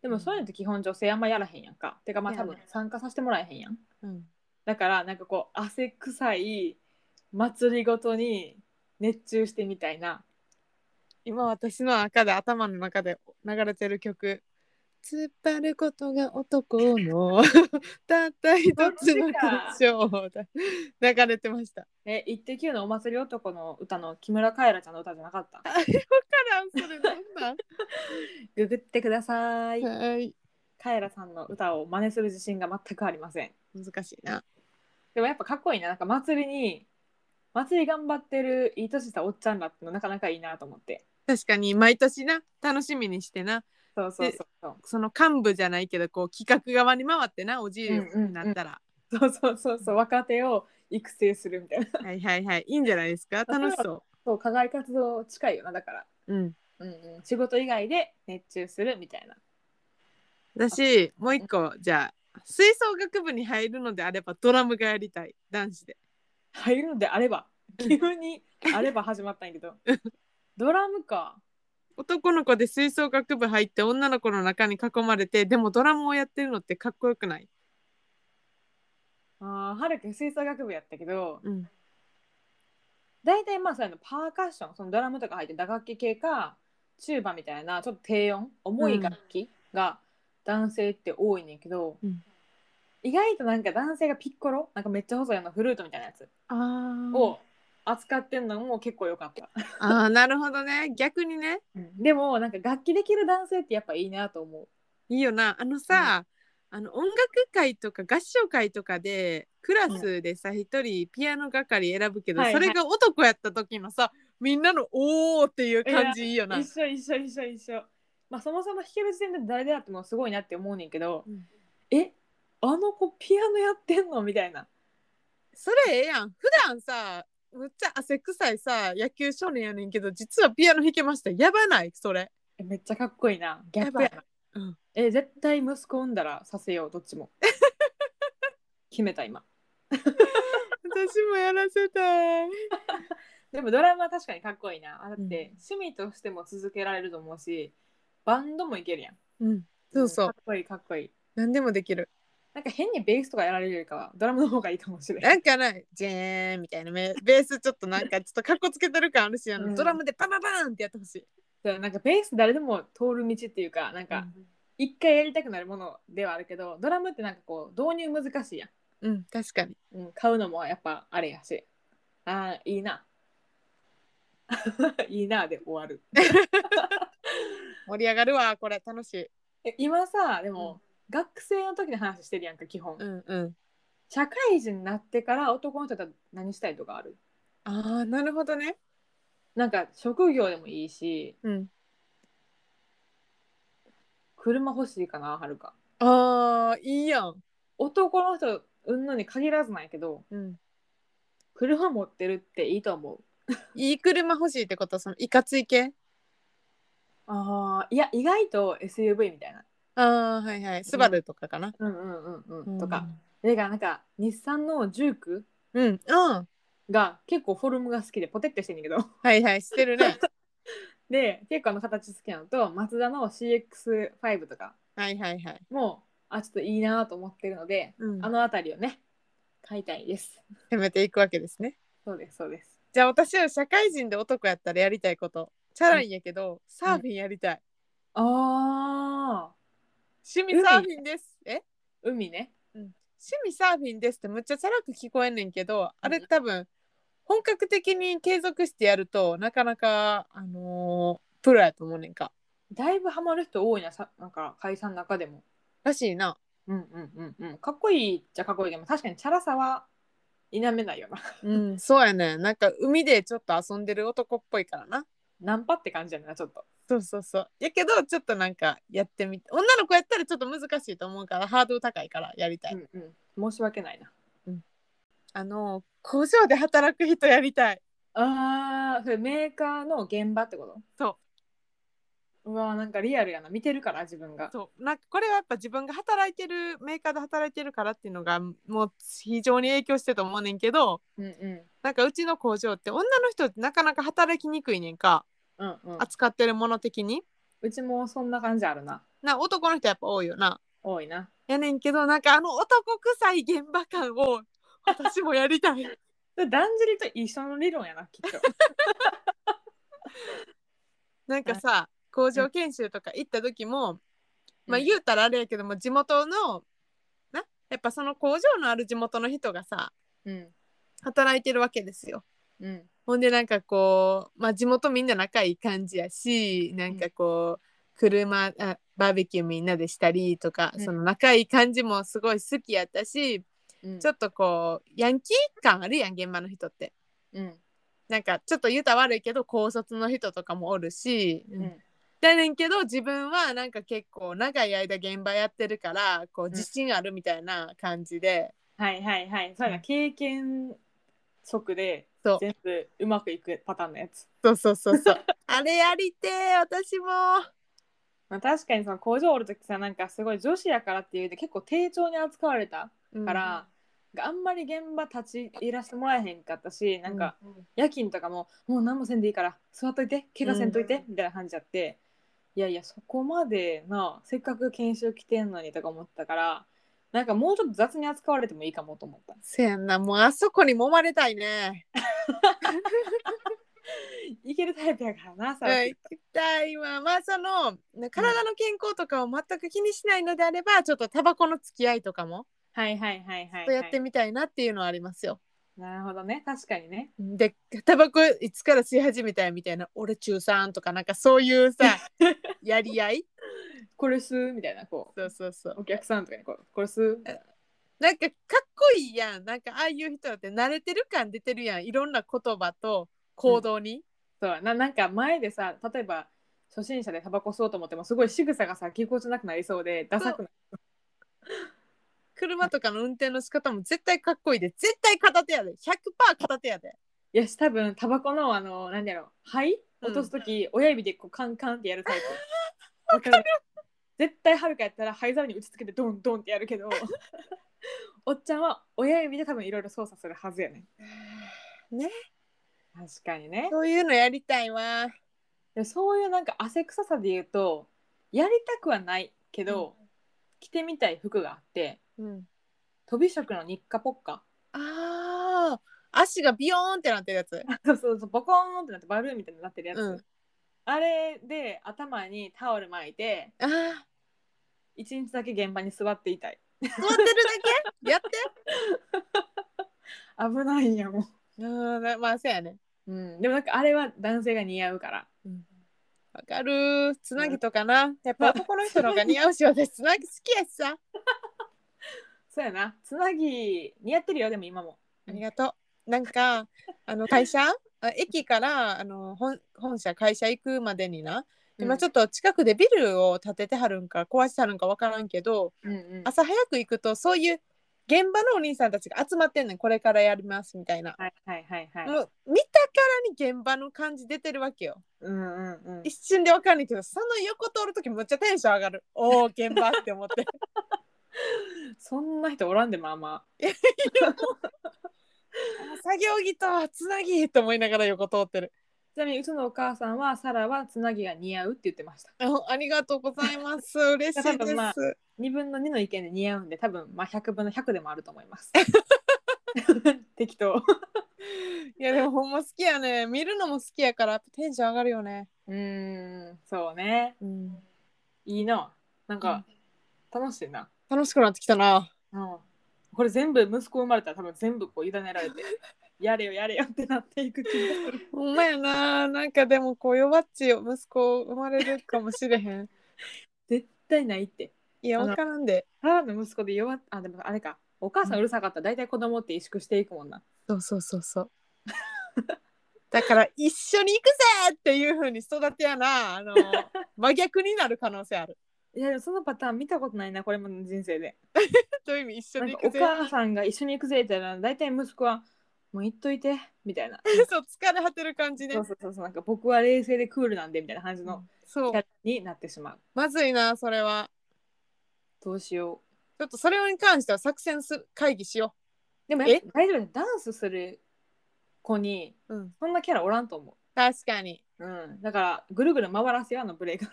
Speaker 1: でもそういうのって基本女性あんまやらへんやんか。てかまあ
Speaker 2: やら
Speaker 1: 多
Speaker 2: ない
Speaker 1: 分参加させてもらえへんやん。
Speaker 2: うん。
Speaker 1: だからなんかこう汗臭い祭りごとに熱中してみたいな。
Speaker 2: 今私の赤で頭の中で流れてる曲「突っ張ることが男の たった一つの勲章」だ流れてました。
Speaker 1: え、イッテ Q のお祭り男の歌の木村カエラちゃんの歌じゃなかった。
Speaker 2: からんそれなん
Speaker 1: ググってください。
Speaker 2: なんはい
Speaker 1: カエラさんの歌を真似する自信が全くありません。
Speaker 2: 難しいな。
Speaker 1: でもやっぱかっこいいな。なんか祭りに、祭り頑張ってるいい年したおっちゃんらってのなかなかいいなと思って。
Speaker 2: 確かに毎年な楽しみにしてな
Speaker 1: そうそうそう
Speaker 2: その幹部じゃないけどこう企画側に回ってなおじいになったら、
Speaker 1: そう。そうそうそうそう。若手を育成するみたいな。
Speaker 2: はいはいはいいいんじゃないですか楽しそ
Speaker 1: そう、課外活動近いよな、だから。
Speaker 2: う。うん
Speaker 1: うんうん、仕事以外で熱中するみたいな。
Speaker 2: 私もう一個じゃあ吹奏楽部に入るのであればドラムがやりたい男子で
Speaker 1: 入るのであれば、急にあれば始まったんやけど。ドラムか。
Speaker 2: 男の子で吹奏楽部入って女の子の中に囲まれてでもドラムをやってるのってかっこよくない、
Speaker 1: ああ、はるくん吹奏楽部やったけど、
Speaker 2: うん、
Speaker 1: 大体まあそういうのパーカッションそのドラムとか入って打楽器系かチューバみたいなちょっと低音重い楽器が男性って多いねんけど、
Speaker 2: うん
Speaker 1: 意外となんか男性がピッコロなんかめっちゃ細いあのフルートみたいなやつ
Speaker 2: あ
Speaker 1: を扱ってんのも結構良かった、
Speaker 2: あーなるほどね逆にね
Speaker 1: でもなんか楽器できる男性ってやっぱいいなと思う
Speaker 2: いいよなあのさ、あの音楽会とか合唱会とかでクラスでさ一、人ピアノ係選ぶけど、
Speaker 1: はいはい
Speaker 2: それが男やった時のさみんなの「おー」っていう感じいいよな。
Speaker 1: 一緒一緒一緒一緒まあそもそも弾ける時点で誰であってもすごいなって思うねんけど、
Speaker 2: うん
Speaker 1: えあの子ピアノやってんのみたいな
Speaker 2: それええやん普段さむっちゃ汗臭いさ野球少年やねんけど実はピアノ弾けましたやばないそれ
Speaker 1: えめっちゃかっこいいなギャップやな
Speaker 2: うん
Speaker 1: え絶対息子産んだらさせようどっちも 決めた今
Speaker 2: 私もやらせたい
Speaker 1: でもドラムは確かにかっこいいなあだって、
Speaker 2: うん
Speaker 1: 趣味としても続けられると思うしバンドもいけるやん
Speaker 2: うんそうそうん
Speaker 1: かっこいいかっこいい
Speaker 2: 何でもできる
Speaker 1: なんか変にベースとかやられるよりかはドラムの方がいいかもしれない
Speaker 2: なんかなジェーンみたいなめベースちょっとなんかちょっとかっこつけてる感あるしあの、
Speaker 1: うん
Speaker 2: ドラムでパパパーンってやってほしい
Speaker 1: そうなんかベース誰でも通る道っていうかなんか一回やりたくなるものではあるけどドラムってなんかこう導入難しいや
Speaker 2: うん、うん確かに
Speaker 1: ん、うん、買うのもやっぱあれやしあーいいな いいなで終わる
Speaker 2: 盛り上がるわこれ楽しい
Speaker 1: え今さでも、学生の時の話してるやんか基本、
Speaker 2: うんうん
Speaker 1: 社会人になってから男の人だったら何したいとかある
Speaker 2: ああなるほどね
Speaker 1: なんか職業でもいいし
Speaker 2: うん
Speaker 1: 車欲しいかなはるか
Speaker 2: ああいいやん
Speaker 1: 男の人うんのに限らずなんやけど
Speaker 2: うん
Speaker 1: 車持ってるっていいと思う
Speaker 2: いい車欲しいってことそのいかつい系
Speaker 1: あーいや意外と SUV みたいな
Speaker 2: ああーはいはいスバルとかかな、
Speaker 1: うんうんうんうん、
Speaker 2: うん
Speaker 1: とかそれがなんか日産のジューク
Speaker 2: うんうん
Speaker 1: が結構フォルムが好きでポテってしてんねんけど
Speaker 2: はいはいしてるね
Speaker 1: で結構あの形好きなのとマツダの CX5 とか
Speaker 2: はいはいはい、
Speaker 1: もうあちょっといいなと思ってるので、
Speaker 2: うん、
Speaker 1: あの辺りをね買いたいです
Speaker 2: 攻めていくわけですね
Speaker 1: そうですそうです
Speaker 2: じゃあ私は社会人で男やったらやりたいことチャラいんやけど、サーフィンやりたい、
Speaker 1: ああ
Speaker 2: 趣味サーフィンですえ
Speaker 1: 海ね
Speaker 2: 趣味サーフィンですってむっちゃチャラく聞こえんねんけどあれ多分本格的に継続してやるとなかなかあのープロやと思うねんか
Speaker 1: だいぶハマる人多いなさなんか会社の中でも
Speaker 2: らしいな
Speaker 1: うんうんうんうんかっこいいっちゃかっこいいけど確かにチャラさは否めないよ な
Speaker 2: うんそうやねんなんか海でちょっと遊んでる男っぽいからな
Speaker 1: ナンパって感じやなちょっと
Speaker 2: そうそうそうやけどちょっとなんかやってみて女の子やったらちょっと難しいと思うからハードル高いからやりたい、
Speaker 1: うんうん申し訳ないな
Speaker 2: あのー工場で働く人やりたい
Speaker 1: あーそれメーカーの現場ってこと
Speaker 2: そう
Speaker 1: うわーなんかリアルやな見てるから自分が
Speaker 2: そうなんかこれはやっぱ自分が働いてるメーカーで働いてるからっていうのがもう非常に影響してると思うねんけど
Speaker 1: うんう
Speaker 2: なんかうちの工場って女の人ってなかなか働きにくいねんか
Speaker 1: んうんうん
Speaker 2: 扱ってるもの的に
Speaker 1: うちもそんな感じあるな
Speaker 2: な男の人やっぱ多いよな
Speaker 1: 多いな
Speaker 2: やねんけどなんかあの男臭い現場感を私もやりたい
Speaker 1: でだんじりと一緒の理論やなきっと
Speaker 2: なんかさ工場研修とか行った時も、 まあ
Speaker 1: うん
Speaker 2: 言うたらあれやけども地元のなやっぱその工場のある地元の人がさ
Speaker 1: うん
Speaker 2: 働いてるわけですよ
Speaker 1: うん
Speaker 2: ほんでなんかこう、まあ、地元みんな仲いい感じやしなんかこう、車あバーベキューみんなでしたりとか、
Speaker 1: うん
Speaker 2: その仲いい感じもすごい好きやったし、
Speaker 1: うん
Speaker 2: ちょっとこうヤンキー感あるやん現場の人って。
Speaker 1: うん
Speaker 2: なんかちょっと言うたら悪いけど高卒の人とかもおるし、
Speaker 1: うん
Speaker 2: だねんけど自分はなんか結構長い間現場やってるからこうん自信あるみたいな感じで、
Speaker 1: はいはいはいそうやな経験則で
Speaker 2: そう
Speaker 1: 全部うまくいくパターンのやつ、
Speaker 2: そうそうそうそう あれやりてー私も
Speaker 1: まあ、確かにその工場おる時さなんかすごい女子やからっていうで結構丁重に扱われたから、あんまり現場立ち入らせてもらえへんかったし
Speaker 2: う
Speaker 1: なんか、夜勤とかももう何もせんでいいから座っといて怪我せんといて、
Speaker 2: う
Speaker 1: みたいな感じやっていやいやそこまでなせっかく研修来てんのにとか思ったからなんかもうちょっと雑に扱われてもいいかもと思 った
Speaker 2: せやんなもうあそこに揉まれたいね。
Speaker 1: いけるタイプやからなさ、
Speaker 2: はい、行きたいわまあその体の健康とかを全く気にしないのであれば、ちょっとタバコの付き合いとかも
Speaker 1: はいはいはいはい、はい、
Speaker 2: やってみたいなっていうのはありますよ。
Speaker 1: なるほどね確かにね
Speaker 2: でタバコいつから吸い始めたよみたいな俺中3とかなんかそうい うさやり合い
Speaker 1: これ吸うみたいなこ
Speaker 2: そうそうそう
Speaker 1: うお客さんとかにこうこれ吸う
Speaker 2: なんかかっこいいやんなんかああいう人だって慣れてる感出てるやんいろんな言葉と行動に、
Speaker 1: そうななんか前でさ例えば初心者でタバコ吸おうと思ってもすごい仕草がさぎこちなくなりそうでダサくな
Speaker 2: 車とかの運転の仕方も絶対かっこいいで絶対片手やで100%片手やで
Speaker 1: いやし多分タバコのあの何だろう肺
Speaker 2: うん
Speaker 1: 落とす時、親指でこうカンカンってやるタイプわかる絶対はるかやったら灰皿に打ちつけてドンドンってやるけ どおっちゃんは親指で多分いろいろ操作するはずやね
Speaker 2: ね
Speaker 1: 確かにね
Speaker 2: そういうのやりたいわ
Speaker 1: でそういうなんか汗臭さで言うとやりたくはないけど、着てみたい服があって
Speaker 2: うん、
Speaker 1: 飛び色のニッカポッカ
Speaker 2: あー足がビヨーンってなってるやつ。
Speaker 1: そうそうそうボコーンってなってバルーンみたいになってるやつ、
Speaker 2: うん
Speaker 1: あれで頭にタオル巻いて
Speaker 2: ああ、座
Speaker 1: 一日だけ現場に座っていたい
Speaker 2: ってるだけやって。
Speaker 1: 危ないんやも
Speaker 2: うん、まあそうやね。
Speaker 1: う、ん、でもなんかあれは男性が似合うから
Speaker 2: わかるー。つなぎとかな。やっぱ男の人の方が似合うし、私つなぎ好きやしさ。
Speaker 1: そうやなつなぎ似合ってるよでも今も
Speaker 2: ありがとう。なんか、あの会社、あ駅からあの本本社、会社行くまでにな、今ちょ
Speaker 1: っ
Speaker 2: っと近くでビルを建ててはるんか、壊してはるんかわからんけど、
Speaker 1: と、うんうん、
Speaker 2: 朝早く行くとそういう現場のお兄さんたちが集まってんねんこれからやりますみたいな、
Speaker 1: はいはいはいはい、
Speaker 2: もう見たからに現場の感じ出てるわけよ
Speaker 1: うんうんうん
Speaker 2: 一瞬でわかんないけどその横通る時むっちゃテンション上がるおお現場って思って
Speaker 1: そんな人おらんでまあま
Speaker 2: あ作業着とつなぎと思いながら横通ってる
Speaker 1: あちなみにうちのお母さんはサラはつなぎが似合うって言ってました
Speaker 2: あありがとうございます嬉しいで
Speaker 1: 多
Speaker 2: す、
Speaker 1: 分まあ2分の2の意見で似合うんで多分まあ100分の100でもあると思います 適当
Speaker 2: いやでもほんま好きやね見るのも好きやからやっぱテンション上がるよね
Speaker 1: うんそうね
Speaker 2: うん
Speaker 1: いいななんか、楽しいな
Speaker 2: 楽しくなってきたな
Speaker 1: うん、これ全部息子生まれたら多分全部こう委ねられ てやれよやれよってなっていく気がする
Speaker 2: ほんまやななんかでもこう弱っちい息子生まれるかもしれへん
Speaker 1: 絶対ないって
Speaker 2: いや、
Speaker 1: あの
Speaker 2: わからんで。
Speaker 1: ただの息子で弱っあでもあれかお母さんうるさかったら大体子供って萎縮していくもんな
Speaker 2: そうそうそうそう。 だから、一緒に行くぜっていう風に育てやな、あの、真逆になる可能性ある。
Speaker 1: いやでもそのパターン見たことないなこれも人生で
Speaker 2: どういう意味、一緒
Speaker 1: なん
Speaker 2: に
Speaker 1: か
Speaker 2: 行
Speaker 1: お
Speaker 2: くぜ。
Speaker 1: 母さんが一緒に行くぜってな大体息子はもう行っといてみたいな
Speaker 2: そう、疲れ果てる感じね
Speaker 1: そう。そうそうそうなんか僕は冷静でクールなんでみたいな感じの
Speaker 2: そ
Speaker 1: キ
Speaker 2: う
Speaker 1: ャラになってしまう
Speaker 2: まずいなそれは
Speaker 1: どうしよう
Speaker 2: ちょっとそれに関しては作戦する会議しよ
Speaker 1: でもやっぱ大丈夫だよダンスする子に
Speaker 2: う、うん、
Speaker 1: そんなキャラおらんと思
Speaker 2: 確かに
Speaker 1: う、うん、だからぐるぐる回らせようあのブレイク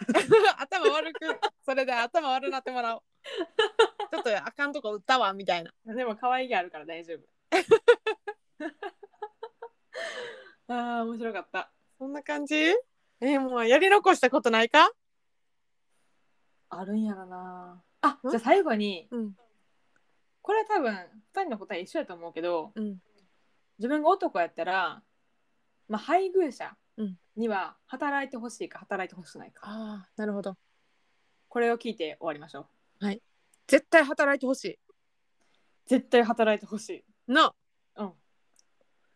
Speaker 2: 頭悪くそれで頭悪なってもらおうちょっとあかんとこ打ったわみたいな
Speaker 1: でも可愛げあるから大丈夫 あー面白かった
Speaker 2: そんな感じえーもうやり残したことないか
Speaker 1: あるんやろなあ
Speaker 2: うん
Speaker 1: じゃあ最後に
Speaker 2: うん
Speaker 1: これ多分2人の答え一緒やと思うけど
Speaker 2: うん
Speaker 1: 自分が男やったら、まあ、配偶者
Speaker 2: うん
Speaker 1: には働いてほしいか働いてほしくないか、
Speaker 2: ああなるほど
Speaker 1: これを聞いて終わりましょう
Speaker 2: 絶対働いてほしい
Speaker 1: 絶対働いてほしい
Speaker 2: な
Speaker 1: うん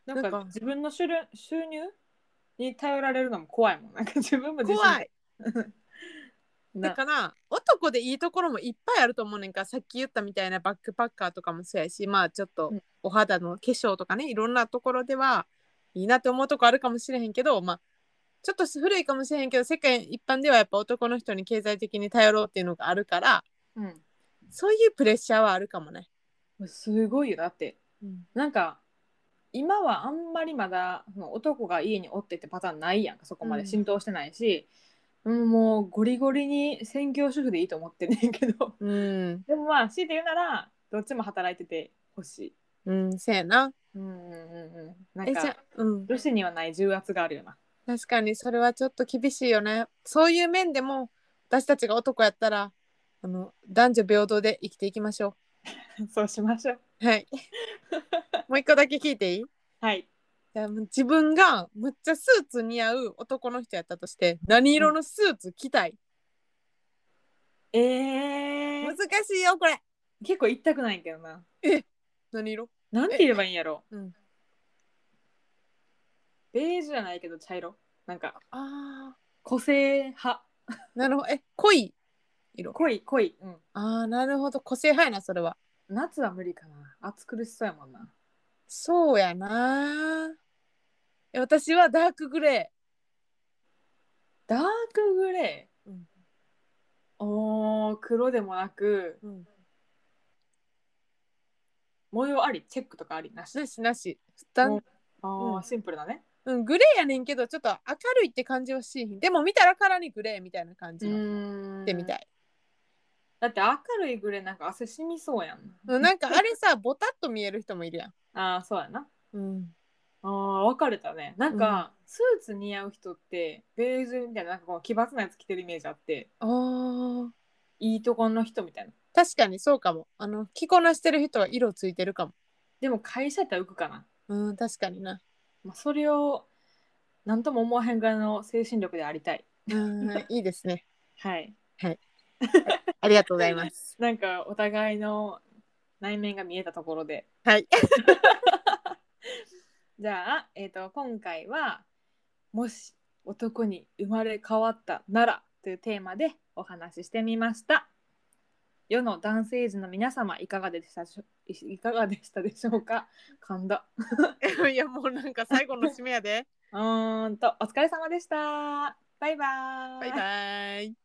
Speaker 1: なんか
Speaker 2: なんか
Speaker 1: 自分の収入収入に頼られるのも怖いもんなんか自分も自信
Speaker 2: 怖い
Speaker 1: な
Speaker 2: だから男でいいところもいっぱいあると思うねんからさっき言ったみたいなバックパッカーとかもそうやしまあちょっと
Speaker 1: うん
Speaker 2: お肌の化粧とかねいろんなところではいいなって思うとこあるかもしれへんけどまあちょっと古いかもしれへんけど世界一般ではやっぱ男の人に経済的に頼ろうっていうのがあるから
Speaker 1: うん
Speaker 2: そういうプレッシャーはあるかもね。
Speaker 1: もうすごいよだってなんか今はあんまりまだその男が家におってってパターンないやんかそこまで浸透してないし、うんもうゴリゴリに専業主婦でいいと思ってんねんけど
Speaker 2: うん、
Speaker 1: でもまあ強いて言うならどっちも働いててほしい。
Speaker 2: うん、せやな。
Speaker 1: うんうんうんうん、な
Speaker 2: え
Speaker 1: ん
Speaker 2: じゃ
Speaker 1: か
Speaker 2: あうん、
Speaker 1: 女子にはない重圧があるよな。
Speaker 2: 確かにそれはちょっと厳しいよね。そういう面でも私たちが男やったらあの男女平等で生きていきましょ
Speaker 1: そうしましょう。
Speaker 2: う。はい。もう一個だけ聞いていい
Speaker 1: はい。
Speaker 2: じゃあもう自分がむっちゃスーツ似合う男の人やったとして何色のスーツ着たい、
Speaker 1: え
Speaker 2: 難
Speaker 1: ー、
Speaker 2: しいよこれ。
Speaker 1: 結構言いたくないけどな。
Speaker 2: 何色
Speaker 1: なんて言えばいいんやろ。
Speaker 2: うん
Speaker 1: ベージュじゃないけど茶色。なんか
Speaker 2: あ
Speaker 1: 個性派。
Speaker 2: あなるほど。え濃い色。
Speaker 1: 濃い濃い。うん。
Speaker 2: ああなるほど個性派やなそれは。
Speaker 1: 夏は無理かな暑苦しそうやもんな
Speaker 2: そうやなえ私はダークグレ
Speaker 1: ダークグレー、
Speaker 2: うん
Speaker 1: おー黒でもなく
Speaker 2: ー。
Speaker 1: 模様ありチェックとかありなし
Speaker 2: なしなし。だん
Speaker 1: あー、
Speaker 2: うん
Speaker 1: シンプルだね
Speaker 2: うん、グレーやねんけどちょっと明るいって感じはしいひんでも見たらからにグレーみたいな感じの
Speaker 1: ん
Speaker 2: でみた
Speaker 1: い
Speaker 2: い、
Speaker 1: だって明るいグレーなんか汗染みそうやん、
Speaker 2: うん、なんかあれ さボタッと見える人もいるやん、
Speaker 1: ああそうやな
Speaker 2: うん、
Speaker 1: あー分かれたねなんか、スーツ似合う人ってベージュみたいななんかこう奇抜なやつ着てるイメージあって
Speaker 2: あー
Speaker 1: いいとこの人みたいな
Speaker 2: 確かにそうかもあの着こなしてる人は色ついてるかも
Speaker 1: でも会社やったら浮くかな、
Speaker 2: うん確かにな
Speaker 1: まあ、それを何とも思わへんぐらいの精神力でありたい
Speaker 2: うんいいです ね
Speaker 1: はい
Speaker 2: ありがとうございます
Speaker 1: なんかお互いの内面が見えたところで
Speaker 2: はい
Speaker 1: じゃあ、えー、と今回は「もし男に生まれ変わったなら」というテーマでお話ししてみました世の男性陣の皆様いかがでしたしょいいかがでしたでしょうか噛んだ
Speaker 2: いやもうなんか最後の締めやで
Speaker 1: うーんとお疲れ様でしたバイバー
Speaker 2: バイバイ